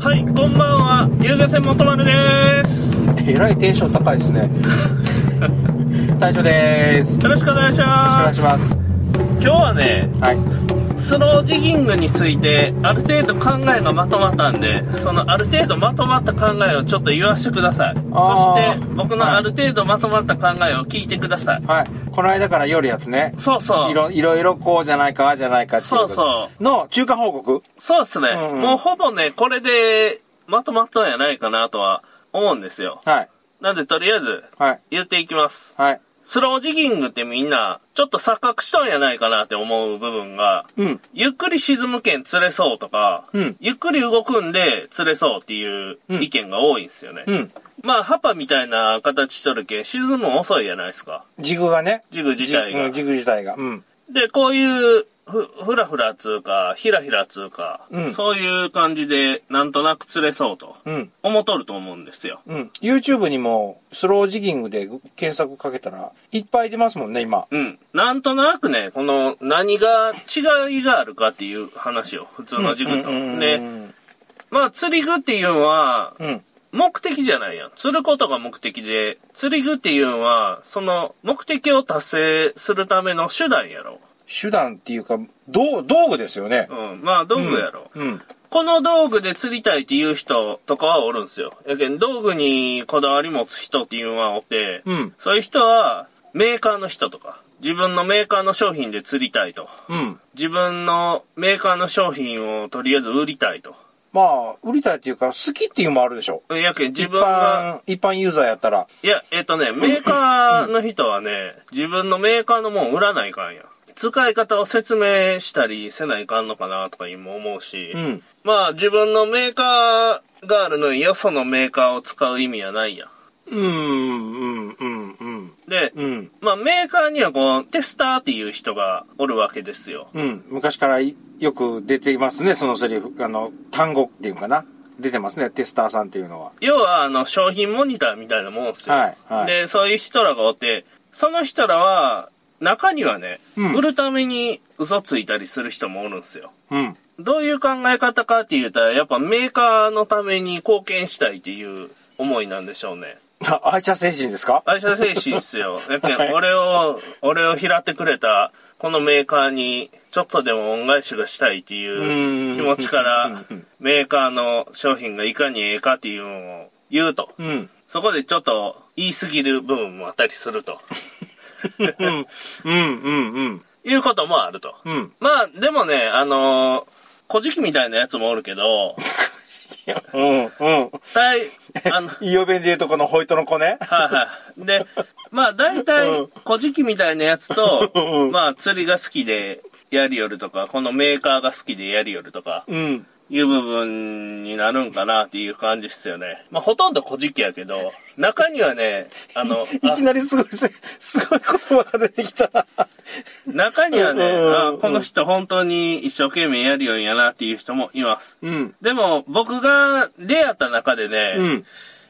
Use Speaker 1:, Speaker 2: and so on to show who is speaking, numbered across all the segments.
Speaker 1: はい、こんばんは、遊漁船元丸です。よ
Speaker 2: えらいテンション高いですね。大将です。よ
Speaker 1: ろしくお願いし
Speaker 2: ろしくお願
Speaker 1: ま
Speaker 2: い
Speaker 1: す。
Speaker 2: します。
Speaker 1: 今日はね、
Speaker 2: はい。
Speaker 1: スロージギングについて、ある程度考えがまとまったんで、そのある程度まとまった考えをちょっと言わせてください。そ
Speaker 2: あ
Speaker 1: し
Speaker 2: ー
Speaker 1: て、僕のある程度まとまった考えを聞いてください。
Speaker 2: はい。この間から夜やつね。
Speaker 1: そうそう。
Speaker 2: いろいろいろこうじゃないか、ああじゃないかっていうこと
Speaker 1: そうそう
Speaker 2: の中間報告
Speaker 1: そうですね、
Speaker 2: うんうん
Speaker 1: もうほぼね、これでまとまったんやないかなとは思うんですよ。
Speaker 2: はい。
Speaker 1: なんで、とりあえず、
Speaker 2: はい。
Speaker 1: 言っていきます。
Speaker 2: はい。
Speaker 1: スロージギングってみんな、ちょっと錯覚したんやないかなって思う部分が、
Speaker 2: うん。
Speaker 1: ゆっくり沈むけん釣れそうとか、
Speaker 2: うん
Speaker 1: ゆっくり動くんで釣れそうっていう意見が多いんですよね。
Speaker 2: うん。
Speaker 1: まあ、ハパみたいな形しとるけん、沈むの遅いじゃないですか。
Speaker 2: ジグがね。
Speaker 1: ジグ自体が
Speaker 2: うんジグ自体が。うん。
Speaker 1: で、こういう、ふ、ふらふらつうか、ひらひらつうか、
Speaker 2: うん
Speaker 1: そういう感じで、なんとなく釣れそうと、
Speaker 2: うん。
Speaker 1: 思っとると思うんですよ。
Speaker 2: うん。YouTube にも、スロージギングで検索かけたら、いっぱい出ますもんね、今。
Speaker 1: うん。なんとなくね、この、何が、違いがあるかっていう話を、普通のジグと。
Speaker 2: うん
Speaker 1: で、まあ、釣り具っていうのは、
Speaker 2: うん。
Speaker 1: 目的じゃないやん。釣ることが目的で、釣り具っていうのは、その、目的を達成するための手段やろ。
Speaker 2: 手段っていうか、道道具ですよね。
Speaker 1: うん。まあ、道具やろ。
Speaker 2: うん。
Speaker 1: この道具で釣りたいっていう人とかはおるんですよ。やけん、道具にこだわり持つ人っていうのはおって、
Speaker 2: うん
Speaker 1: そういう人は、メーカーの人とか、自分のメーカーの商品で釣りたいと。
Speaker 2: うん。
Speaker 1: 自分のメーカーの商品をとりあえず売りたいと。
Speaker 2: まあ、売りたいっていうか、好きっていうのもあるでしょ。
Speaker 1: やけん、自分が、
Speaker 2: 一般、一般ユーザーやったら。
Speaker 1: いや、えっ、とね、メーカーの人はね、自分のメーカーのもん売らないかんや。使い方を説明したりせないかんのかなとか今思うし、
Speaker 2: うん。
Speaker 1: まあ自分のメーカーがあるのによそのメーカーを使う意味はないやん。
Speaker 2: うん、うん、うん、うん。
Speaker 1: で、
Speaker 2: うん、
Speaker 1: まあメーカーにはこう、テスターっていう人がおるわけですよ。
Speaker 2: うん。昔からいよく出ていますね、そのセリフ。あの、単語っていうかな。出てますね、テスターさんっていうのは。
Speaker 1: 要はあの商品モニターみたいなもんですよ、
Speaker 2: はいはい
Speaker 1: でそういう人らがおってその人らは中にはね、
Speaker 2: うん
Speaker 1: 売るために嘘ついたりする人もおるんですよ
Speaker 2: うん。
Speaker 1: どういう考え方かって言ったらやっぱメーカーのために貢献したいっていう思いなんでしょうね
Speaker 2: あ、愛車精神ですか
Speaker 1: 愛車精神っす よだって俺を俺を拾ってくれたこのメーカーにちょっとでも恩返しがしたいっていう気持ちからメーカーの商品がいかにええかっていうのを言うと
Speaker 2: うん。
Speaker 1: そこでちょっと言い過ぎる部分もあったりすると
Speaker 2: うん、うん、うん、うん。
Speaker 1: いうこともあると。
Speaker 2: うん。
Speaker 1: まあ、でもね、あのー、小じきみたいなやつもおるけど、
Speaker 2: うん、うん。
Speaker 1: 大、あの、
Speaker 2: イオベンでいうとこのホイトの子ね。
Speaker 1: はいはい。で、まあ大
Speaker 2: う
Speaker 1: 体
Speaker 2: ん、
Speaker 1: 小じきみたいなやつと、
Speaker 2: うん
Speaker 1: まあ釣りが好きでやりよるとか、このメーカーが好きでやりよるとか、
Speaker 2: うん。
Speaker 1: いう部分になるんかなっていう感じっすよね。まあほとんど小じきやけど、中にはね、あの、
Speaker 2: いきなりすごいせ、すごい言葉が出てきた。
Speaker 1: 中にはね、
Speaker 2: うんうんうんうん
Speaker 1: あこの人本当に一生懸命やるようやなっていう人もいます。
Speaker 2: うん。
Speaker 1: でも、僕が出会った中でね、
Speaker 2: うん。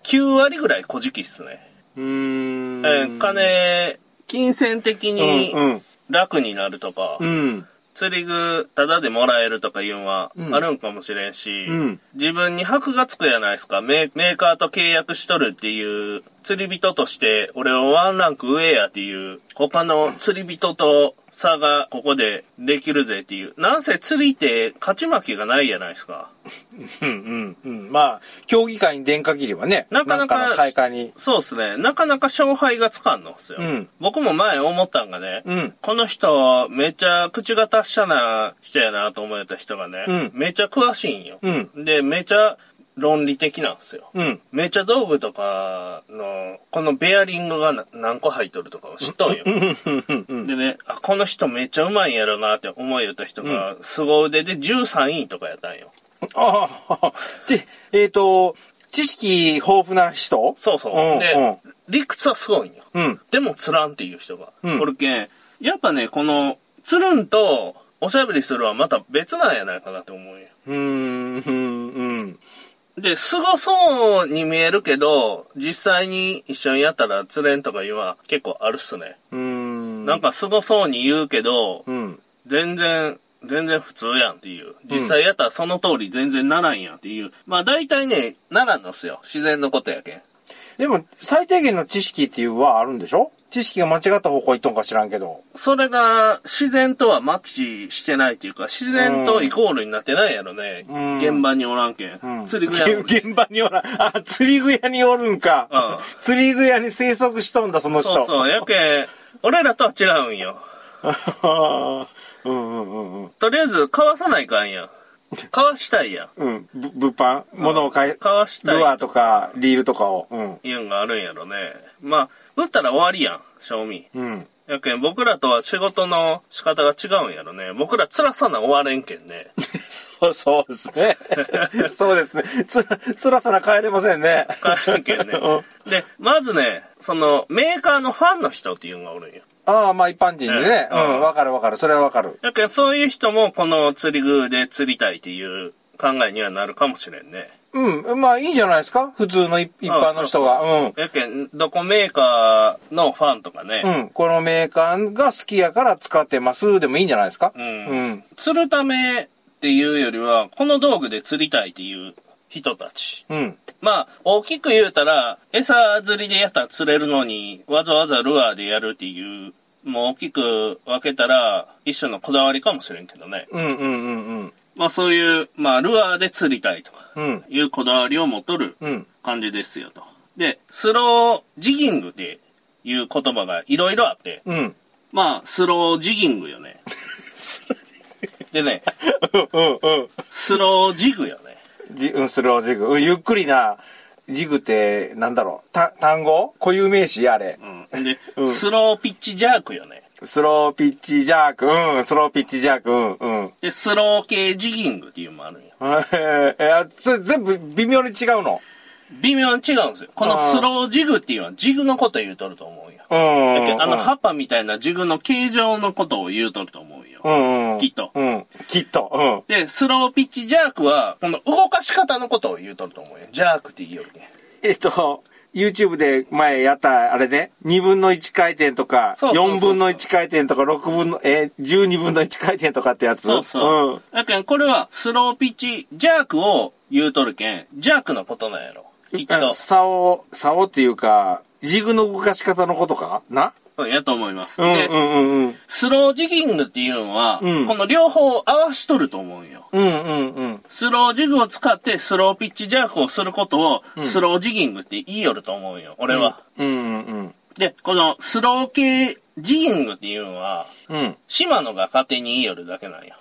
Speaker 1: 9割ぐらい小じきっすね。
Speaker 2: うーん。
Speaker 1: えー金、金銭的に
Speaker 2: うん、
Speaker 1: 楽になるとか、
Speaker 2: うん。
Speaker 1: 釣り具タダでもらえるとかいうのは
Speaker 2: うん
Speaker 1: あるんかもしれんし、
Speaker 2: うん
Speaker 1: 自分に箔がつくやないですかメー、メーカーと契約しとるっていう、釣り人として俺はワンランク上やっていう、他の釣り人と差がここでできるぜっていう。なんせ釣りって勝ち負けがないやないですか。
Speaker 2: うんうんうん。まあ、競技会に電化切りはね、
Speaker 1: なかなか
Speaker 2: んの大会に。
Speaker 1: そうですね。なかなか勝敗がつかんのっすよ。
Speaker 2: うん
Speaker 1: 僕も前思ったんがね、
Speaker 2: うん。
Speaker 1: この人、めちゃ口が達者な人やなと思えた人がね、
Speaker 2: うん
Speaker 1: めちゃ詳しいんよ。
Speaker 2: うん。
Speaker 1: で、めちゃ論理的なんですよ。
Speaker 2: うん。
Speaker 1: めちゃ道具とかの、このベアリングがな何個入っとるとかを知っとんよ。でね、あ、この人めっちゃうまいんやろなって思いよった人が、凄腕で13位とかやったんよ。
Speaker 2: ああ、ち、えっ、と、知識豊富な人
Speaker 1: そうそう。
Speaker 2: うん
Speaker 1: で、理屈はすごいんよ。
Speaker 2: うん。
Speaker 1: でも釣らんっていう人が。
Speaker 2: うん
Speaker 1: これけん、やっぱね、この、釣るんと、おしゃべりするはまた別なんやないかなって思うんよ。
Speaker 2: うーん、うん、うん。
Speaker 1: で、凄そうに見えるけど、実際に一緒にやったら釣れんとかいうのは結構あるっすね。
Speaker 2: うーん。
Speaker 1: なんか凄そうに言うけど、
Speaker 2: うん。
Speaker 1: 全然全然普通やんっていう。実際やったらその通り全然ならんやんっていう。まあ大体ね、ならんのっすよ。自然のことやけん。
Speaker 2: でも、最低限の知識っていうはあるんでしょ知識が間違った方向行っとんか知らんけど。
Speaker 1: それが自然とはマッチしてないっていうか、自然とイコールになってないやろね。
Speaker 2: ん
Speaker 1: 現場におらんけん。
Speaker 2: うん
Speaker 1: 釣り 具屋の。
Speaker 2: 現場におらん。あ、釣り具屋におるんか。
Speaker 1: う
Speaker 2: 釣り具屋に生息しとんだ、その人。
Speaker 1: そうそう。やけん、俺らとは違うんよ。
Speaker 2: う。んうんうんうん。
Speaker 1: とりあえず、かわさないかんやん。かわしたいやん。
Speaker 2: うん。ぶ物販物を買い、
Speaker 1: かわしたい。
Speaker 2: ルアーとか、リールとかを。うん。
Speaker 1: いうんがあるんやろね。まあ、打ったら終わりやん、賞味。
Speaker 2: うん。
Speaker 1: やけん、僕らとは仕事の仕方が違うんやろね。僕ら辛さな終われんけん ね。
Speaker 2: そう そうですね。 そうですね。つ、つらさら帰れませんね。
Speaker 1: 帰れんけんね
Speaker 2: うん。
Speaker 1: で、まずね、その、メーカーのファンの人っていうのがおるんよ。
Speaker 2: ああ、まあ一般人でね。う
Speaker 1: うん
Speaker 2: ん、わかるわかる。それはわかる。
Speaker 1: やけん、そういう人もこの釣り具で釣りたいっていう考えにはなるかもしれんね。
Speaker 2: うん、まあいいんじゃないですか普通のい一般の人が。うん。
Speaker 1: やけん、どこメーカーのファンとかね。
Speaker 2: うん。このメーカーが好きやから使ってます。でもいいんじゃないですか
Speaker 1: ん
Speaker 2: うん。
Speaker 1: 釣るためっていうよりは、この道具で釣りたいっていう人たち。
Speaker 2: うん。
Speaker 1: まあ、大きく言うたら、餌釣りでやったら釣れるのに、わざわざルアーでやるっていう、もう大きく分けたら、一種のこだわりかもしれんけどね。
Speaker 2: うんうんうんうん。
Speaker 1: まあそういう、まあルアーで釣りたいとか、
Speaker 2: うん。
Speaker 1: いうこだわりを持っとる
Speaker 2: うん。
Speaker 1: 感じですよと。で、スロージギングっていう言葉がいろいろあって、
Speaker 2: うん。
Speaker 1: まあ、スロージギングよ ね。でね、
Speaker 2: うんうん。
Speaker 1: スロージグよね。
Speaker 2: じ、うん、スロージグ。うんゆっくりな、ジグって、なんだろう。た、単語固有名詞あれ。
Speaker 1: うん。で、スローピッチジャークよね。
Speaker 2: スローピッチジャーク。うん、スローピッチジャーク。うん、 うん。
Speaker 1: で、スロー系ジギングっていうのもあるんよ。
Speaker 2: えー、えーそれ全部微妙に違うの。
Speaker 1: 微妙に違うんですよ。このスロージグっていうのはジグのことを言うとると思うんよ。
Speaker 2: うんうん。
Speaker 1: あの、葉っぱみたいなジグの形状のことを言うとると思うんよ。
Speaker 2: うん、うん。
Speaker 1: きっと
Speaker 2: うん。きっと。うん。
Speaker 1: で、スローピッチジャークは、この動かし方のことを言うとると思うよ。ジャークって言うよりね。
Speaker 2: えっと、YouTube で前やった、あれね、2分の1回転とか、
Speaker 1: そうそうそう
Speaker 2: 4分の1回転とか、6分の、えー、12分の1回転とかってやつ。
Speaker 1: そうそう。
Speaker 2: ん。
Speaker 1: だけど、これはスローピッチジャークを言うとるけん、ジャークのことなんやろ。きっ
Speaker 2: あ
Speaker 1: と
Speaker 2: の、竿、竿っていうか、ジグの動かし方のことかな
Speaker 1: うんやと思います。
Speaker 2: うんう
Speaker 1: で、
Speaker 2: んうんうん。
Speaker 1: スロージギングっていうのは、
Speaker 2: うん
Speaker 1: この両方合わしとると思うんよ。
Speaker 2: うんうんうん。
Speaker 1: スロージグを使ってスローピッチジャークをすることをスロージギングって言いよると思うよ、俺は。
Speaker 2: うんうん
Speaker 1: で、このスロー系ジギングっていうのは、
Speaker 2: うん。 うん。
Speaker 1: 島野が勝手に言いよるだけなんよ。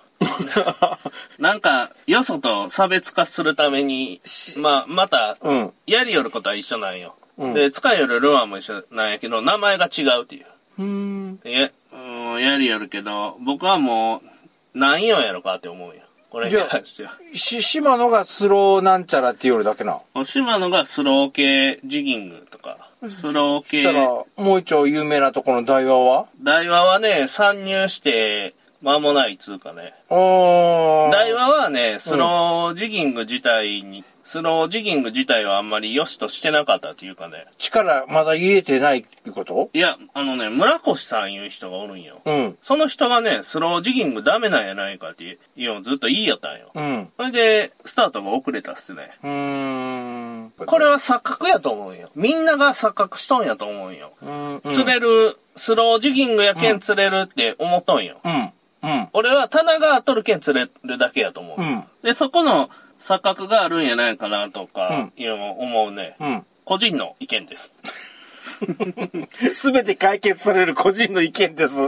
Speaker 1: なんか、よそと差別化するために、まあ、また、
Speaker 2: うん。
Speaker 1: やりよることは一緒なんよ。
Speaker 2: うん
Speaker 1: で、使いよるルアーも一緒なんやけど、名前が違うっていう。
Speaker 2: うん。
Speaker 1: え、うん、やりよるけど、僕はもう、何よやろかって思うよ。これに関しては。
Speaker 2: し、島野がスローなんちゃらっていうよりだけな。
Speaker 1: 島野がスロー系ジギングとか、スロー
Speaker 2: そした
Speaker 1: 系、
Speaker 2: ら、もう一丁有名なとこの台湾は
Speaker 1: 台話はね、参入して間もないっつうかね。
Speaker 2: あー。
Speaker 1: 台話はね、スロージギング自体に、スロージギング自体はあんまり良しとしてなかったっていうかね。
Speaker 2: 力まだ入れてないってこと
Speaker 1: いや、あのね、村越さんいう人がおるんよ。
Speaker 2: うん。
Speaker 1: その人がね、スロージギングダメなんやないかっていうのをずっと言いよったんよ。
Speaker 2: うん。
Speaker 1: それで、スタートが遅れたっすね。
Speaker 2: うーん。
Speaker 1: これは錯覚やと思うんよ。みんなが錯覚しとんやと思うんよ。
Speaker 2: うん、うん。
Speaker 1: 釣れる、スロージギングやけん釣れるって思っとんよ。
Speaker 2: うん。うん。
Speaker 1: 俺は棚が取るけん釣れるだけやと思う。
Speaker 2: うん。
Speaker 1: で、そこの錯覚があるんやないかなとか、いうのを思うね。
Speaker 2: うん。
Speaker 1: 個人の意見です。
Speaker 2: すべて解決される個人の意見です。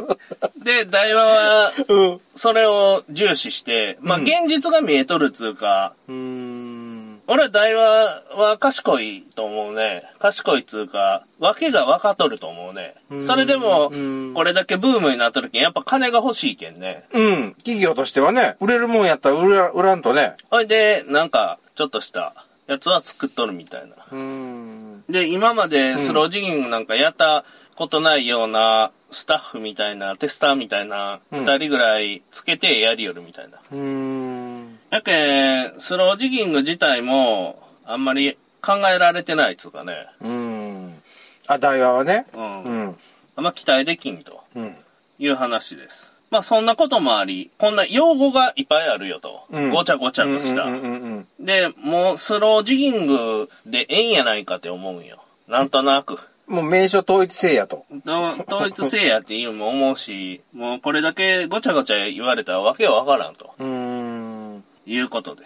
Speaker 1: で、台湾は、
Speaker 2: うん。
Speaker 1: それを重視して、まあ、
Speaker 2: うん
Speaker 1: 現実が見えとるつうか、
Speaker 2: うん。
Speaker 1: 俺は台湾は賢いと思うね。賢いつうか、訳が分かっとると思うね。それでも
Speaker 2: うん、
Speaker 1: これだけブームになっとるけん、やっぱ金が欲しいけんね。
Speaker 2: うん。企業としてはね、売れるもんやったら売ら売らんとね。
Speaker 1: ほいで、なんか、ちょっとしたやつは作っとるみたいな。
Speaker 2: うん。
Speaker 1: で、今までスロージギングなんかやったことないようなスタッフみたいな、テスターみたいな、
Speaker 2: うん
Speaker 1: 二人ぐらいつけてやりよるみたいな。
Speaker 2: うん。
Speaker 1: やけん、スロージギング自体も、あんまり考えられてないっつうかね。
Speaker 2: うん。あ、台湾はね。
Speaker 1: うん。
Speaker 2: うん。
Speaker 1: あんま期待できんと
Speaker 2: うん。
Speaker 1: いう話です。まあそんなこともあり、こんな用語がいっぱいあるよと。
Speaker 2: うん
Speaker 1: ごちゃごちゃとした。
Speaker 2: うんうんうんうん
Speaker 1: で、もうスロージギングでええんやないかって思うんよ。なんとなく。
Speaker 2: もう名所統一制やと。
Speaker 1: ど統一せえやっていうのも思うし、もうこれだけごちゃごちゃ言われたらわけわからんと
Speaker 2: うーん。
Speaker 1: いうことで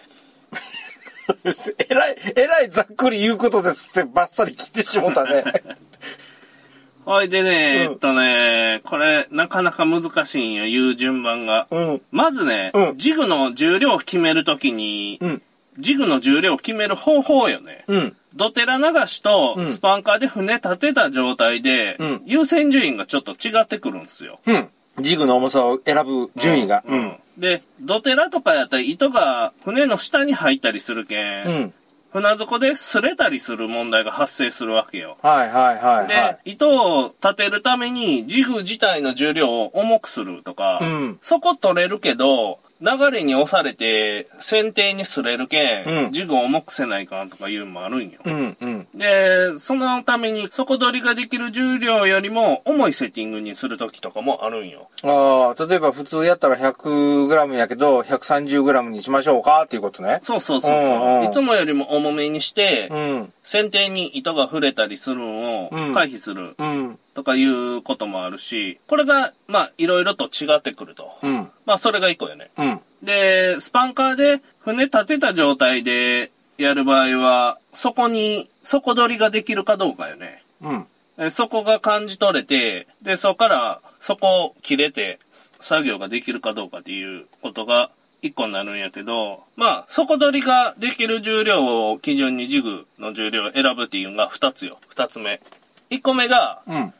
Speaker 1: す。
Speaker 2: えらい、えらいざっくり言うことですってばっさり切ってしもうた ね。
Speaker 1: ほいでね、
Speaker 2: うん
Speaker 1: えっとね、これなかなか難しいんよ、言う順番が。
Speaker 2: うん。
Speaker 1: まずね、
Speaker 2: うん
Speaker 1: ジグの重量を決めるときに、
Speaker 2: うん。
Speaker 1: ジグの重量を決める方法よね。
Speaker 2: うん。
Speaker 1: ドテラ流しと
Speaker 2: うん
Speaker 1: スパンカーで船立てた状態で、
Speaker 2: うん
Speaker 1: 優先順位がちょっと違ってくるんですよ。
Speaker 2: うん。ジグの重さを選ぶ順位が。
Speaker 1: うん。で、ドテラとかやったら糸が船の下に入ったりするけん、
Speaker 2: うん。
Speaker 1: 船底で擦れたりする問題が発生するわけよ。
Speaker 2: はいはいはい
Speaker 1: で、
Speaker 2: はい。
Speaker 1: 糸を立てるためにジグ自体の重量を重くするとか、
Speaker 2: うん
Speaker 1: そこ取れるけど、流れに押されて、船底に擦れるけん、
Speaker 2: うん
Speaker 1: ジグを重くせないかんとかいうのもあるんよ。
Speaker 2: うんうん。
Speaker 1: で、そのために底取りができる重量よりも重いセッティングにするときとかもあるんよ。
Speaker 2: ああ、例えば普通やったら 100g やけど、130g にしましょうかっていうことね。
Speaker 1: そうそうそうそう、
Speaker 2: うんうん
Speaker 1: いつもよりも重めにして、
Speaker 2: うん。
Speaker 1: 船底に糸が触れたりするのを
Speaker 2: うん
Speaker 1: 回避する
Speaker 2: うん。
Speaker 1: とかいうこともあるし、これが、まあ、いろいろと違ってくると。
Speaker 2: うん。
Speaker 1: まあ、それが一個よね。
Speaker 2: うん。
Speaker 1: で、スパンカーで船立てた状態でやる場合は、そこに底取りができるかどうかよね。
Speaker 2: うん。
Speaker 1: えそこが感じ取れて、で、そこから、そこを切れて、作業ができるかどうかっていうことが一個になるんやけど、まあ、底取りができる重量を基準にジグの重量を選ぶっていうのが二つよ。二つ目。一個目が、
Speaker 2: うん。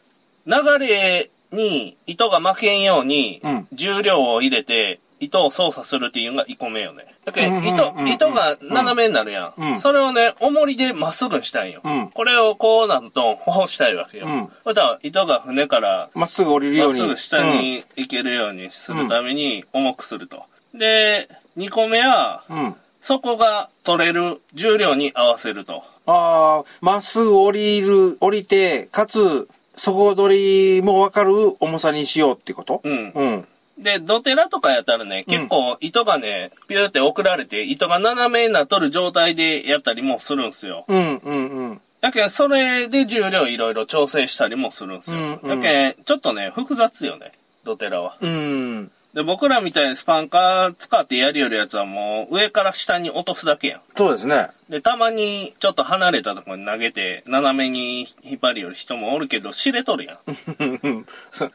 Speaker 1: 流れに糸が負けんように
Speaker 2: うん、
Speaker 1: 重量を入れて、糸を操作するっていうのが1個目よね。だけど、
Speaker 2: うんうん
Speaker 1: 糸
Speaker 2: う、ん
Speaker 1: 糸が斜めになるや
Speaker 2: うん
Speaker 1: ん。それをね、重りでまっすぐにしたいんよ
Speaker 2: うん。
Speaker 1: これをこうなんと、こうしたいわけよ
Speaker 2: うん。
Speaker 1: また、糸が船から
Speaker 2: まっすぐ降りるよ
Speaker 1: ま
Speaker 2: う
Speaker 1: っ
Speaker 2: に。
Speaker 1: すぐ下に行けるようにするために、重くすると。で、2個目は、
Speaker 2: うん。うん。
Speaker 1: 底が取れる重量に合わせると。
Speaker 2: ああ、まっすぐ降りる、降りて、かつ、底取りもわかる重さにしようってこと
Speaker 1: うん
Speaker 2: うん。
Speaker 1: で、ドテラとかやったらね、結構糸がね、ピューって送られて、糸が斜めになっとる状態でやったりもするんすよ。
Speaker 2: うん、うん、うん。
Speaker 1: だけど、それで重量いろいろ調整したりもするんすよ。
Speaker 2: うんうん
Speaker 1: だけど、ちょっとね、複雑よね、ドテラは。
Speaker 2: うん。
Speaker 1: で、僕らみたいにスパンカー使ってやるよりやつはもう、上から下に落とすだけやん。
Speaker 2: そうですね。
Speaker 1: で、たまにちょっと離れたところに投げて、斜めに引っ張りよる人もおるけど、知れとるやん。
Speaker 2: うん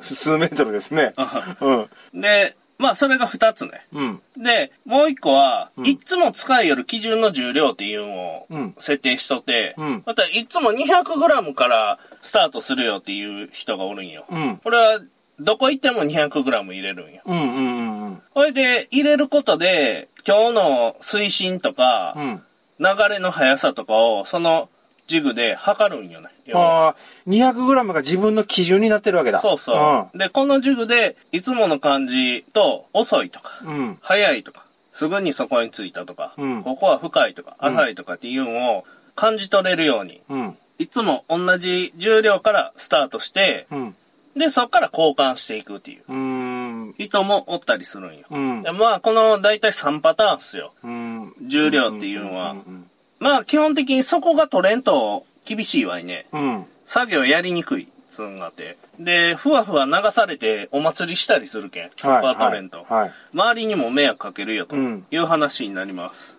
Speaker 2: 数メートルですね。うん。
Speaker 1: で、まあ、それが二つね。
Speaker 2: うん。
Speaker 1: で、もう一個は、いつも使いよる基準の重量っていうのを
Speaker 2: うん
Speaker 1: 設定しとって、
Speaker 2: うん
Speaker 1: またいつも 200g からスタートするよっていう人がおるんよ。
Speaker 2: うん。
Speaker 1: これは、どこ行っても 200g 入れるんよ。
Speaker 2: うん、うん、うんうん。
Speaker 1: これで、入れることで、今日の水深とか、
Speaker 2: うん。
Speaker 1: 流れの速さとかを、そのジグで測るんよね。要は
Speaker 2: ああ、200g が自分の基準になってるわけだ。
Speaker 1: そうそう。で、このジグで、いつもの感じと、遅いとか、
Speaker 2: うん。うん。
Speaker 1: 早いとか、すぐにそこに着いたとか、
Speaker 2: うん
Speaker 1: ここは深いとか、浅いとかっていうのを感じ取れるように、
Speaker 2: うん。
Speaker 1: いつも同じ重量からスタートして、
Speaker 2: うん。
Speaker 1: で、そこから交換していくっていう
Speaker 2: うん。
Speaker 1: 人もおったりするんよ。
Speaker 2: うん
Speaker 1: でまあ、この大体3パターンっすよ。
Speaker 2: うん。
Speaker 1: 重量っていうのは。
Speaker 2: うん。
Speaker 1: まあ、基本的にそこが取れんと厳しいわいね。
Speaker 2: うん。
Speaker 1: 作業やりにくい。つうんがあって。で、ふわふわ流されてお祭りしたりするけん。そこは取れんと。
Speaker 2: はいはい。
Speaker 1: 周りにも迷惑かけるよと
Speaker 2: うん
Speaker 1: いう話になります。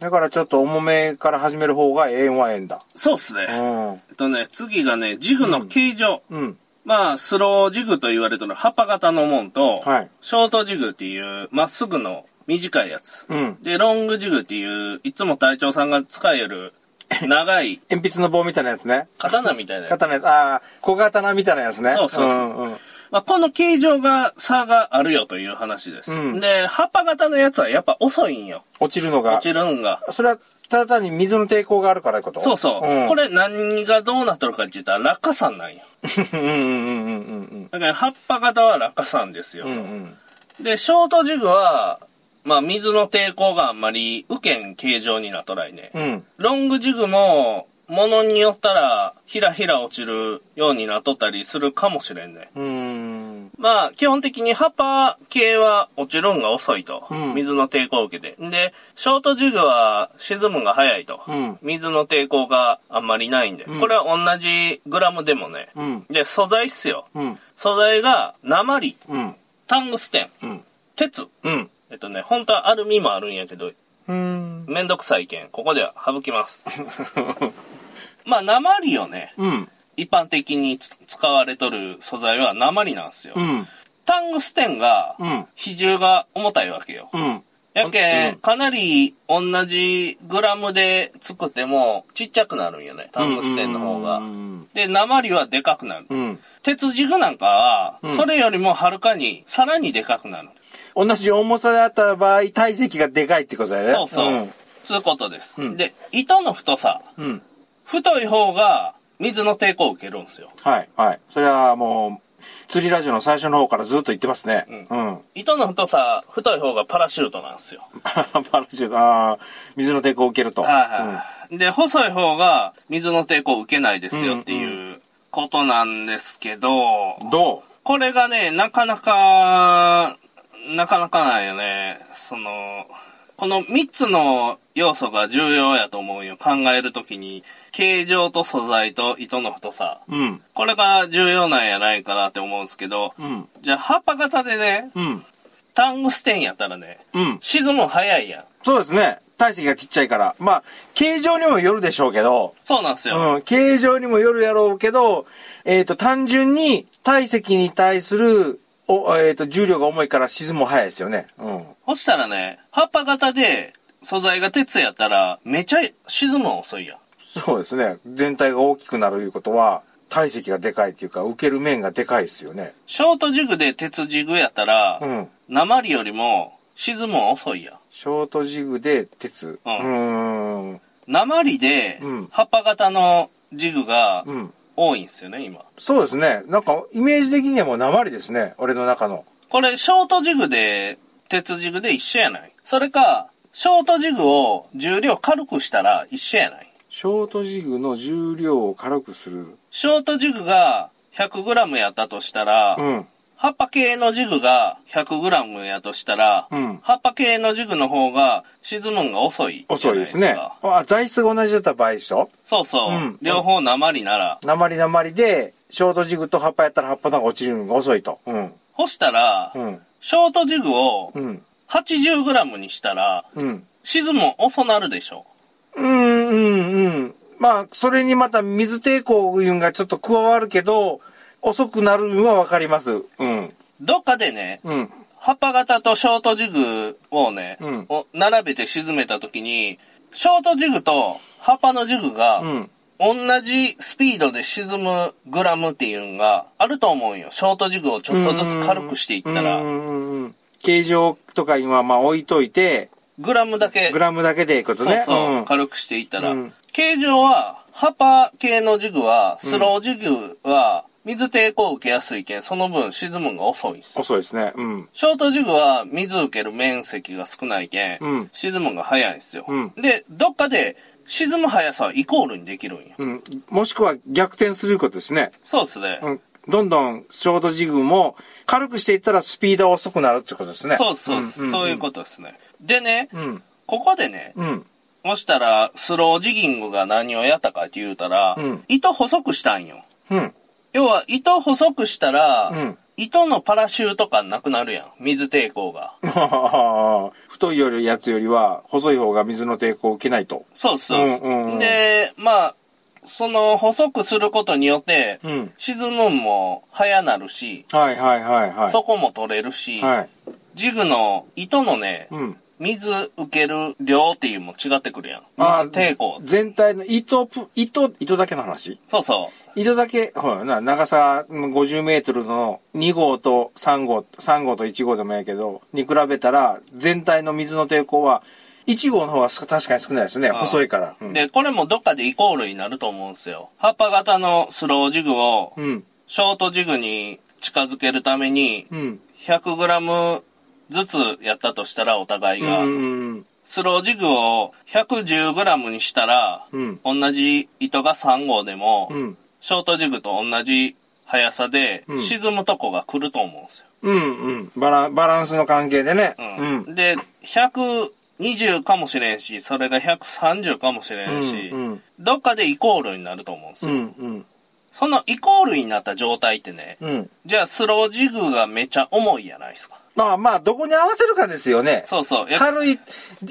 Speaker 2: だからちょっと重めから始める方がええんはええんだ。
Speaker 1: そうっす
Speaker 2: う
Speaker 1: ね。
Speaker 2: ん。
Speaker 1: えっとね、次がね、ジグの形状。
Speaker 2: うん。
Speaker 1: まあ、スロージグと言われてる葉っぱ型のもんと、
Speaker 2: はい
Speaker 1: ショートジグっていうまっすぐの短いやつ。
Speaker 2: うん。
Speaker 1: で、ロングジグっていう、いつも隊長さんが使える 長い
Speaker 2: 鉛筆の棒みたいなやつね。
Speaker 1: 刀みたいなやつ。
Speaker 2: 刀のやつ。ああ、小刀みたいなやつね。
Speaker 1: そうそうそう
Speaker 2: うんうん。
Speaker 1: まあ、この形状が差があるよという話です。
Speaker 2: うん
Speaker 1: で、葉っぱ型のやつはやっぱ遅いんよ。
Speaker 2: 落ちるのが。
Speaker 1: 落ちるんが。
Speaker 2: それは、ただ単に水の抵抗があるからってこと
Speaker 1: そうそう。
Speaker 2: ん
Speaker 1: こ。れ何がどうなっとるかって言ったら落下山なんよ。
Speaker 2: うんうんうんうんうん
Speaker 1: だから葉っぱ型は落下山ですよと。
Speaker 2: うん。うんうん。
Speaker 1: で、ショートジグは、まあ、水の抵抗があんまり受けん形状になっとらいね。
Speaker 2: うん。
Speaker 1: ロングジグも、物によったら、ひらひら落ちるようになっとったりするかもしれんね。
Speaker 2: うーん。
Speaker 1: まあ、基本的に葉っぱ系は落ちるんが遅いと。
Speaker 2: うん
Speaker 1: 水の抵抗を受けて。で、ショートジグは沈むんが早いと。
Speaker 2: うん
Speaker 1: 水の抵抗があんまりないんで。
Speaker 2: ん
Speaker 1: これは同じグラムでもね。
Speaker 2: うん。
Speaker 1: で、素材っすよ。
Speaker 2: うん。
Speaker 1: 素材が、鉛、
Speaker 2: うん。
Speaker 1: タングステン、
Speaker 2: うん。
Speaker 1: 鉄。
Speaker 2: うん。
Speaker 1: えっとね、本当はアルミもあるんやけど、
Speaker 2: うん。
Speaker 1: めんどくさいけん。ここでは省き ます。まあ、鉛をね、
Speaker 2: うん。
Speaker 1: 一般的につ使われとる素材は鉛なんですよ。
Speaker 2: うん。
Speaker 1: タングステンが、
Speaker 2: うん。
Speaker 1: 比重が重たいわけよ。
Speaker 2: うん。
Speaker 1: やけ、
Speaker 2: うん
Speaker 1: ん、かなり同じグラムで作ってもちっちゃくなるんよね。タングステンの方が
Speaker 2: う。ん。
Speaker 1: で、鉛はでかくなる。
Speaker 2: うん。
Speaker 1: 鉄軸なんかは、
Speaker 2: ん
Speaker 1: それよりもはるかに、さらにでかくなる。
Speaker 2: 同じ重さであった場合、体積がでかいってことだよね。
Speaker 1: そうそう。つうことです、
Speaker 2: うん
Speaker 1: で、糸の太さ。
Speaker 2: うん。うん。
Speaker 1: 太い方が、水の抵抗を受けるんですよ。
Speaker 2: はい。はい。それはもう、釣りラジオの最初の方からずっと言ってますね。うん。
Speaker 1: 糸の太さ、太い方がパラシュートなんですよ。
Speaker 2: パラシュート、ああ、水の抵抗を受けると。
Speaker 1: はいはい。で、細い方が、水の抵抗を受けないですよっていうことなんですけど、
Speaker 2: うんど
Speaker 1: これがね、なかなか、なかなかないよね。その、この3つの要素が重要やと思うよ。考えるときに、形状と素材と糸の太さ。
Speaker 2: ううん。
Speaker 1: これが重要なんやないかなって思うんですけど、
Speaker 2: うん。
Speaker 1: じゃあ葉っぱ型でね、
Speaker 2: うん。
Speaker 1: タングステンやったらね、
Speaker 2: うん。
Speaker 1: 沈むの早いやん。
Speaker 2: そうですね。体積がちっちゃいから。まあ、形状にもよるでしょうけど、
Speaker 1: そうなんですよ。
Speaker 2: うん、形状にもよるやろうけど、えっ、と、単純に体積に対する、お、えっ、と、重量が重いから沈むも早いですよね。うん。
Speaker 1: そしたらね、葉っぱ型で素材が鉄やったら、めちゃ沈むの遅いやん。
Speaker 2: そうですね。全体が大きくなるいうことは、体積がでかいっていうか、受ける面がでかいですよね。
Speaker 1: ショートジグで鉄ジグやったら、
Speaker 2: うん。
Speaker 1: 鉛よりも沈むの遅いやん。
Speaker 2: ショートジグで鉄。う
Speaker 1: うん
Speaker 2: ーん。
Speaker 1: 鉛で
Speaker 2: うん
Speaker 1: 葉っぱ型のジグが
Speaker 2: うん。
Speaker 1: 多いんですよね、今。
Speaker 2: そうですね。なんか、イメージ的にはもう鉛ですね。俺の中の。
Speaker 1: これ、ショートジグで鉄ジグで一緒やないそれか、ショートジグを重量軽くしたら一緒やない
Speaker 2: ショートジグの重量を軽くする。
Speaker 1: ショートジグが 100g やったとしたら、
Speaker 2: うん。
Speaker 1: 葉っぱ系のジグが 100g やとしたら、
Speaker 2: うん
Speaker 1: 葉っぱ系のジグの方が沈むんが遅いじゃ
Speaker 2: 遅
Speaker 1: ないい
Speaker 2: で
Speaker 1: ですす
Speaker 2: ね
Speaker 1: か。。
Speaker 2: あ、材質が同じだった場合でしょ
Speaker 1: そうそう。
Speaker 2: うん
Speaker 1: 両方鉛なら。
Speaker 2: 鉛鉛で、ショートジグと葉っぱやったら葉っぱの方が落ちるのが遅いと。うん。
Speaker 1: 干したら、
Speaker 2: うん。
Speaker 1: ショートジグを
Speaker 2: うん。
Speaker 1: 80g にしたら、
Speaker 2: うん。
Speaker 1: 沈むん遅なるでしょ。
Speaker 2: うん、うん、うん。まあ、それにまた水抵抗いうのがちょっと加わるけど、遅くなるのはわかります。うん。
Speaker 1: どっかでね、
Speaker 2: うん。
Speaker 1: 葉っぱ型とショートジグをね、
Speaker 2: うん
Speaker 1: を並べて沈めた時に、ショートジグと葉っぱのジグが、
Speaker 2: うん。
Speaker 1: 同じスピードで沈むグラムっていうのがあると思うんよ。ショートジグをちょっとずつ軽くしていった
Speaker 2: うんう
Speaker 1: ら、
Speaker 2: んうんうん形状とか今まあ置いといて、
Speaker 1: グラムだけ、
Speaker 2: グラムだけでいくことね。
Speaker 1: そうそう、
Speaker 2: ん
Speaker 1: 軽くしていったら、
Speaker 2: うん
Speaker 1: 形状は、葉っぱ系のジグは、スロージグは、水抵抗を受けやすいけん、その分沈むのが遅いんですよ。
Speaker 2: 遅いですね。うん。
Speaker 1: ショートジグは水受ける面積が少ないけん、
Speaker 2: うん
Speaker 1: 沈むのが早いんですよ、
Speaker 2: うん
Speaker 1: で、どっかで沈む速さはイコールにできるんよ。
Speaker 2: うん。もしくは逆転することですね。
Speaker 1: そうですね。
Speaker 2: うん。どんどんショートジグも軽くしていったらスピードは遅くなるってことですね。
Speaker 1: そうそう、
Speaker 2: んんん
Speaker 1: そういうことですね。でね、
Speaker 2: うん。
Speaker 1: ここでね、
Speaker 2: うん。
Speaker 1: もしたら、スロージギングが何をやったかって言うたら、
Speaker 2: うん
Speaker 1: 糸細くしたんよ。
Speaker 2: うん。
Speaker 1: 要は、糸細くしたら、
Speaker 2: うん
Speaker 1: 糸のパラシュート感なくなるやん。水抵抗が。
Speaker 2: 太いよりやつよりは細い方が水の抵抗を受けないと。
Speaker 1: そうそうそう、
Speaker 2: うんうんうん
Speaker 1: で、まあ、その、細くすることによって、
Speaker 2: うん
Speaker 1: 沈むんも早なるし、
Speaker 2: はいはいはいはい。
Speaker 1: そこも取れるし、
Speaker 2: はい。
Speaker 1: ジグの糸のね、
Speaker 2: うん。
Speaker 1: 水受ける量っていうのも違ってくるやん。
Speaker 2: あ
Speaker 1: 水抵抗。
Speaker 2: 全体の糸プ、糸、糸だけの話
Speaker 1: そうそ
Speaker 2: 糸だけ、ほらな、長さ50メートルの2号と3号、3号と1号でもやけど、に比べたら、全体の水の抵抗は、1号の方がす確かに少ないですね。
Speaker 1: あ
Speaker 2: 細いから。う
Speaker 1: う。
Speaker 2: ん。
Speaker 1: で、これもどっかでイコールになると思うんですよ。葉っぱ型のスロージグを、
Speaker 2: うん。
Speaker 1: ショートジグに近づけるために
Speaker 2: う、ん。
Speaker 1: 100g ずつやったとしたらお互い
Speaker 2: うん
Speaker 1: が、
Speaker 2: うん。
Speaker 1: スロージグを 110g にしたら、
Speaker 2: うん
Speaker 1: 同じ糸が3号でも、
Speaker 2: うん。
Speaker 1: ショートジグと同じ速さで、
Speaker 2: うん
Speaker 1: 沈むとこが来ると思うんですよ。
Speaker 2: うんうん。バランバランスの関係でね。う
Speaker 1: うん
Speaker 2: ん。
Speaker 1: で、120かもしれんし、それが130かもしれんし、
Speaker 2: うんうん
Speaker 1: どっかでイコールになると思うんです
Speaker 2: う
Speaker 1: よ。
Speaker 2: んうん。
Speaker 1: そのイコールになった状態ってね、
Speaker 2: うん。
Speaker 1: じゃあスロージグがめちゃ重いやないですか。
Speaker 2: まあまあ、どこに合わせるかですよね。
Speaker 1: そうそう。やっ
Speaker 2: 軽い、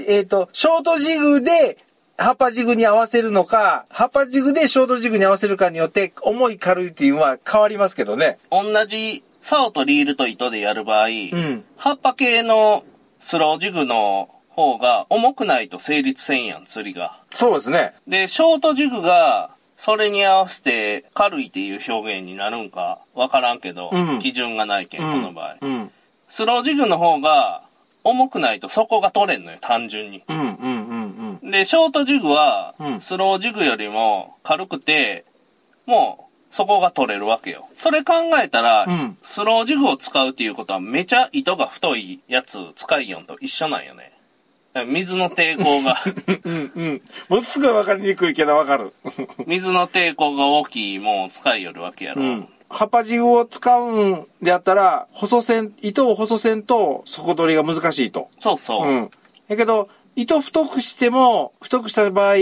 Speaker 2: えっ、と、ショートジグで、ハパジグに合わせるのか、ハパジグでショートジグに合わせるかによって、重い軽いっていうのは変わりますけどね。
Speaker 1: 同じ竿とリールと糸でやる場合、
Speaker 2: ん
Speaker 1: 葉っぱ系のスロージグの方が重くないと成立せんやん、釣りが。
Speaker 2: そうですね。
Speaker 1: で、ショートジグが、それに合わせて軽いっていう表現になるんかわからんけど、
Speaker 2: うん
Speaker 1: 基準がないけん、この場合。
Speaker 2: うん。
Speaker 1: スロージグの方が重くないと底が取れんのよ、単純に。
Speaker 2: うんうんうん
Speaker 1: で、ショートジグは
Speaker 2: う、ん
Speaker 1: スロージグよりも軽くて、もう、底が取れるわけよ。それ考えたら、
Speaker 2: うん
Speaker 1: スロージグを使うっていうことは、めちゃ糸が太いやつ使いよんと一緒なんよね。だから水の抵抗 が、
Speaker 2: うん。うんうん。ものすごいわかりにくいけどわかる。
Speaker 1: 水の抵抗が大きいもんを使いよるわけやろ。
Speaker 2: うん。ハパジグを使うんであったら、細線、糸を細線と底取りが難しいと。
Speaker 1: そうそう。
Speaker 2: うん。だけど、糸太くしても、太くした場合、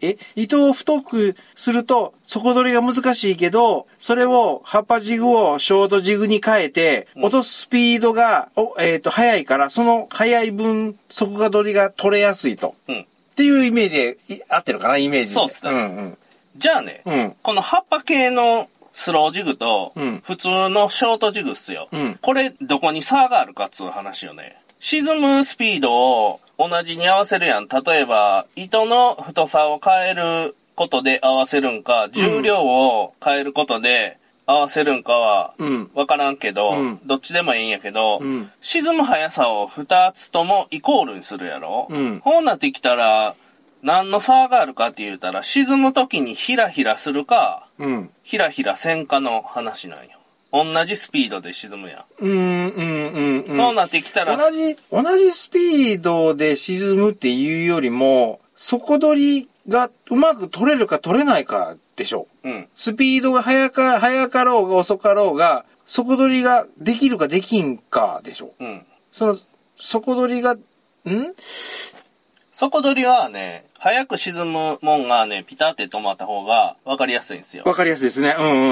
Speaker 2: え、糸を太くすると、底取りが難しいけど、それを、葉っぱジグをショートジグに変えて、落とすスピードが、おえっ、と、速いから、その速い分、底が取りが取れやすいと。
Speaker 1: うん
Speaker 2: っていうイメージで、い合ってるかな、イメージで。
Speaker 1: そうっすね
Speaker 2: うんうん。
Speaker 1: じゃあね、
Speaker 2: うん
Speaker 1: この葉っぱ系のスロージグと
Speaker 2: うん、
Speaker 1: 普通のショートジグっすよ。
Speaker 2: うん
Speaker 1: これ、どこに差があるかっつう話よね。沈むスピードを同じに合わせるやん。例えば、糸の太さを変えることで合わせるんか、重量を変えることで合わせるんかは
Speaker 2: うん、
Speaker 1: わからんけど、
Speaker 2: うん
Speaker 1: どっちでもいいんやけど、
Speaker 2: うん
Speaker 1: 沈む速さを2つともイコールにするやろ。
Speaker 2: うん
Speaker 1: こうなってきたら、何の差があるかって言うたら、沈む時にヒラヒラするか、
Speaker 2: うん。
Speaker 1: ヒラヒラせんかの話なんよ。同じスピードで沈むやん。
Speaker 2: うん、うん、うん、うん。
Speaker 1: そうなってきたら、
Speaker 2: 同じ、同じスピードで沈むっていうよりも、底取りがうまく取れるか取れないかでしょう。
Speaker 1: うん。
Speaker 2: スピードが速か、速かろうが遅かろうが、底取りができるかできんかでしょう。
Speaker 1: うん。
Speaker 2: その、底取りが、ん
Speaker 1: 底取りはね、早く沈むもんがね、ピタって止まった方が分かりやすいんですよ。
Speaker 2: わかりやすいですね。うんうんう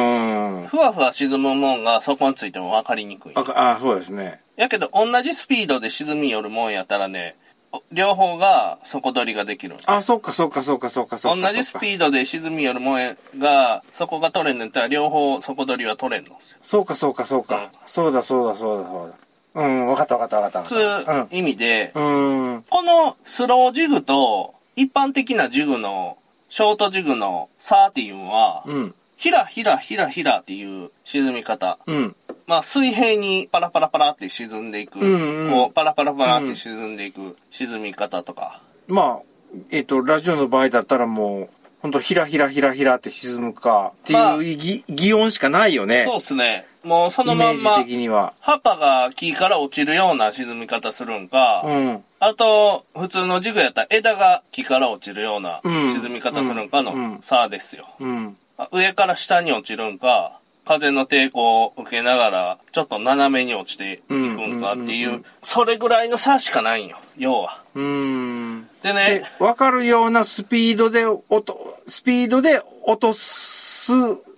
Speaker 2: んうん。
Speaker 1: ふわふわ沈むもんがそこについても分かりにくい。
Speaker 2: わか、あそうですね。
Speaker 1: やけど、同じスピードで沈み寄るもんやったらね、お両方が底取りができるんです
Speaker 2: あ、そっかそっかそっかそっかそっ
Speaker 1: 同
Speaker 2: か。
Speaker 1: じスピ
Speaker 2: ード。
Speaker 1: ードで沈み寄るもんが、そこが取れんのやったら、両方そこ取りは取れんのですよ。
Speaker 2: そうかそうかそうか。そうだそうだそうだそうだ。うん、わかったわかったわかった。
Speaker 1: つう意味で、
Speaker 2: うん。うん。
Speaker 1: このスロージグと、一般的なジグの、ショートジグのサーティンは、
Speaker 2: うん。
Speaker 1: ひらひらひらひらっていう沈み方。
Speaker 2: うん。
Speaker 1: まあ、水平にパラパラパラって沈んでいく。
Speaker 2: んうん
Speaker 1: こう、パラパラパラって沈んでいく沈み方とか。
Speaker 2: まあ、えっ、と、ラジオの場合だったらもう、ほんと、ひらひらひらひらって沈むか、って
Speaker 1: まあ
Speaker 2: いうぎ、擬音しかないよね。
Speaker 1: そうっすね。もうその
Speaker 2: イメ
Speaker 1: ま
Speaker 2: ー
Speaker 1: ん
Speaker 2: ジ
Speaker 1: ま、
Speaker 2: 的には。
Speaker 1: 葉っぱが木から落ちるような沈み方するんか、
Speaker 2: うん。
Speaker 1: あと、普通のジグやったら枝が木から落ちるような
Speaker 2: うん
Speaker 1: 沈み方するんか
Speaker 2: うんう
Speaker 1: の
Speaker 2: ん
Speaker 1: 差ですよ。
Speaker 2: うん。
Speaker 1: あ上から下に落ちるんか、風の抵抗を受けながら、ちょっと斜めに落ちていくんかっていう、
Speaker 2: うんうんうんう
Speaker 1: それぐらいの差しかないんよ、要は。
Speaker 2: うーん。
Speaker 1: で
Speaker 2: で
Speaker 1: ね、、
Speaker 2: わかるようなスピードで、おと、スピードで落とす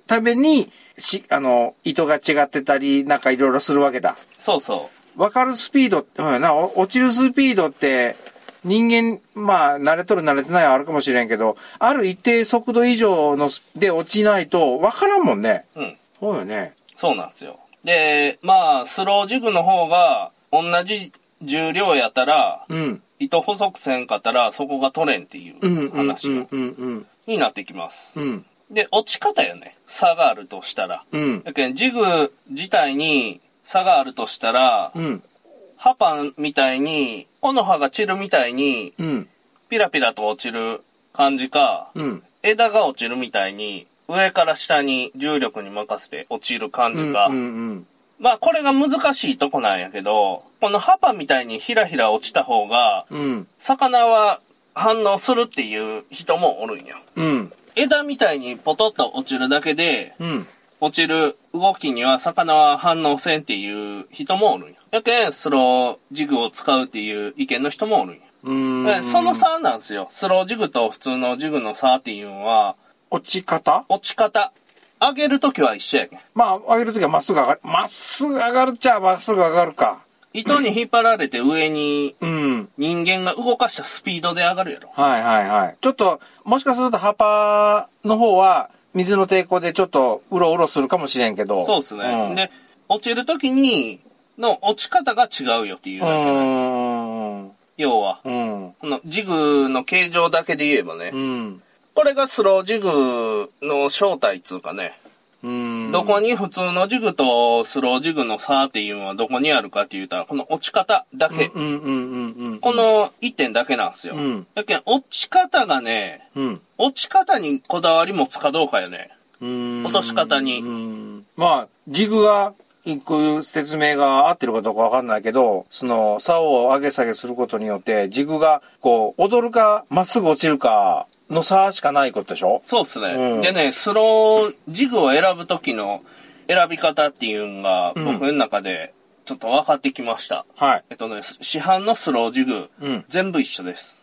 Speaker 2: ために、し、あの、糸が違ってたり、なんかいろいろするわけだ。
Speaker 1: そうそ
Speaker 2: わかるスピード、うんな、お落ちるスピードって、人間、まあ、慣れとる慣れてないはあるかもしれんけど、ある一定速度以上のスで落ちないと、わからんもんね。
Speaker 1: う、うん、
Speaker 2: そうよね。
Speaker 1: そうなんですよ。で、まあ、スロージグの方が、同じ重量やったら、
Speaker 2: うん。
Speaker 1: 糸細くせんかったら、そこが取れんってい
Speaker 2: うん、うん、
Speaker 1: う
Speaker 2: うん、
Speaker 1: 話
Speaker 2: うん
Speaker 1: を、
Speaker 2: うん、
Speaker 1: になってきます。
Speaker 2: うん、
Speaker 1: で、落ち方よね。差があるとしたら。
Speaker 2: うん、
Speaker 1: だけどジグ自体に差があるとしたら、
Speaker 2: うん、
Speaker 1: 葉っぱみたいに、木の葉が散るみたいに、
Speaker 2: うん、
Speaker 1: ピラピラと落ちる感じか、
Speaker 2: うん、
Speaker 1: 枝が落ちるみたいに、上から下に重力に任せて落ちる感じか、
Speaker 2: うん、
Speaker 1: まあこれが難しいとこなんやけど、この葉っぱみたいにひらひら落ちた方が、
Speaker 2: うん。
Speaker 1: 魚は反応するっていう人もおるんよ。
Speaker 2: うん。
Speaker 1: 枝みたいにポトッと落ちるだけで、
Speaker 2: うん。
Speaker 1: 落ちる動きには魚は反応せんっていう人もおるんよ。やけん、スロージグを使うっていう意見の人もおるんよ。
Speaker 2: うん。
Speaker 1: その差なんですよ。スロージグと普通のジグの差っていうのは、
Speaker 2: 落ち方
Speaker 1: 落ち方。上げるときは一緒やけん。
Speaker 2: まあ、上げるときはまっすぐ上がる。まっすぐ上がるっちゃまっすぐ上がるか。
Speaker 1: 糸に引っ張られて上に
Speaker 2: うん。
Speaker 1: 人間が動かしたスピードで上がるやろ。
Speaker 2: はいはいはい。ちょっと、もしかすると葉っぱの方は、水の抵抗でちょっと、うろうろするかもしれんけど。
Speaker 1: そうですね。
Speaker 2: ん、
Speaker 1: で、落ちるときに、の落ち方が違うよっていう
Speaker 2: う
Speaker 1: だけ、
Speaker 2: ーん。
Speaker 1: 要は、
Speaker 2: うん。
Speaker 1: このジグの形状だけで言えばね、
Speaker 2: うん。
Speaker 1: これがスロージグの正体っつうかね、
Speaker 2: うん。
Speaker 1: どこに普通のジグとスロージグの差っていうのはどこにあるかって言ったら、この落ち方だけ。
Speaker 2: うんうんうんうん。
Speaker 1: こ、の一点だけなんですよ。
Speaker 2: うん
Speaker 1: だけど落ち方がね、
Speaker 2: うん。
Speaker 1: 落ち方にこだわり持つかどうかよね。
Speaker 2: 落
Speaker 1: 落とし方に
Speaker 2: まあ、ジグが、行く説明が合ってるかどうかわかんないけど、その、竿を上げ下げすることによって、ジグが、こう、踊るか、まっすぐ落ちるか、の差しかないことでしょ
Speaker 1: そうっすね。
Speaker 2: うん
Speaker 1: でね、スロージグを選ぶ時の選び方っていうのが
Speaker 2: ん
Speaker 1: 僕の中でちょっと分かってきました。
Speaker 2: はい。
Speaker 1: えっとね、す市販のスロージグ、
Speaker 2: うん
Speaker 1: 全部一緒です。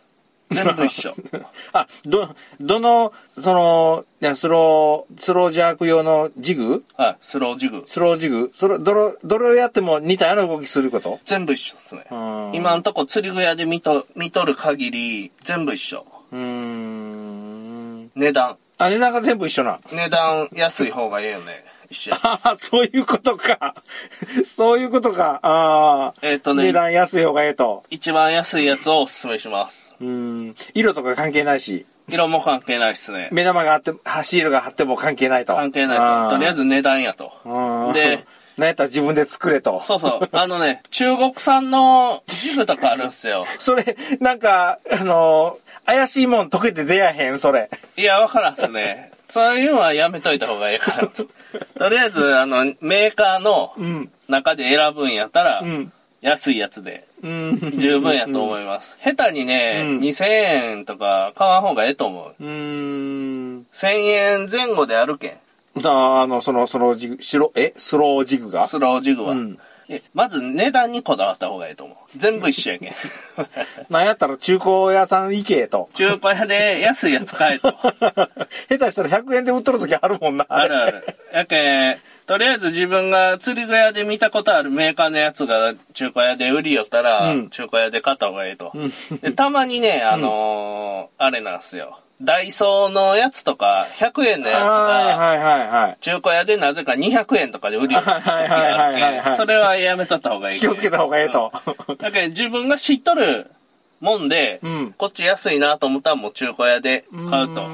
Speaker 1: 全部一緒。
Speaker 2: あ、ど、どの、その、いやスロー、スロージャーク用のジグ
Speaker 1: はい、スロージグ。
Speaker 2: スロージグそれ、どれ、どれをやっても似たような動きすること
Speaker 1: 全部一緒っすね。
Speaker 2: ん
Speaker 1: 今んとこ釣り具屋で見と、見とる限り、全部一緒。
Speaker 2: うーん。
Speaker 1: 値段。
Speaker 2: あ、値段が全部一緒な。
Speaker 1: 値段安い方がいいよね。一 緒や。
Speaker 2: ああ、そういうことか。 そういうことか。ああ。
Speaker 1: えっとね
Speaker 2: 値段安い方がええと。
Speaker 1: 一番安いやつをおすすめします。
Speaker 2: うーん。色とか関係ないし、
Speaker 1: 色も関係ないっす ね。
Speaker 2: 目玉があって、はシールが貼っても関係ないと。
Speaker 1: 関係ないと。とりあえ
Speaker 2: ず。
Speaker 1: ず値段やと。
Speaker 2: うん。
Speaker 1: で、
Speaker 2: なんやったら自分で作れと。
Speaker 1: そうそう。あのね、中国産のジグとかあるん すよ。
Speaker 2: それ、なんか、あのー怪しいもん溶けて出やへん、それ。
Speaker 1: いや、わからんっすね。そういうのはやめといた方がいいかなと。とりあえず、あの、メーカーの
Speaker 2: ん
Speaker 1: 中で選ぶんやったら、
Speaker 2: ん
Speaker 1: 安いやつで
Speaker 2: うん。
Speaker 1: 十分やと思います。下手にね、
Speaker 2: うん
Speaker 1: 2000円とか買わん方がええと思う。
Speaker 2: うーん。
Speaker 1: 1000円前後であるけん。
Speaker 2: なあの、その、そのジグ、しろ、えスロージグが
Speaker 1: スロージグは。
Speaker 2: ん
Speaker 1: でまず値段にこだわった方がええと思う。全部一緒やけん。
Speaker 2: なんやったら中古屋さん行けと。
Speaker 1: 中古屋で安いやつ買え と。
Speaker 2: 下手したら100円で売っとる時あるもんな。
Speaker 1: あ
Speaker 2: れ
Speaker 1: るある。やけん、とりあえず自分が釣り具屋で見たことあるメーカーのやつが中古屋で売りよったら、
Speaker 2: うん
Speaker 1: 中古屋で買った方がええと。でたまにね、あのーあれなんすよ。ダイソーのやつとか、100円のやつが、
Speaker 2: はいはいはいはい。
Speaker 1: 中古屋でなぜか200円とかで売りよった時
Speaker 2: はいはいはいはい
Speaker 1: があっ
Speaker 2: は
Speaker 1: て、
Speaker 2: い
Speaker 1: それはやめとった方がいい。
Speaker 2: 気をつけた方がええと。
Speaker 1: だけど自分が知っとるもんで、
Speaker 2: うん
Speaker 1: こっち安いなと思ったらもう中古屋で買うと。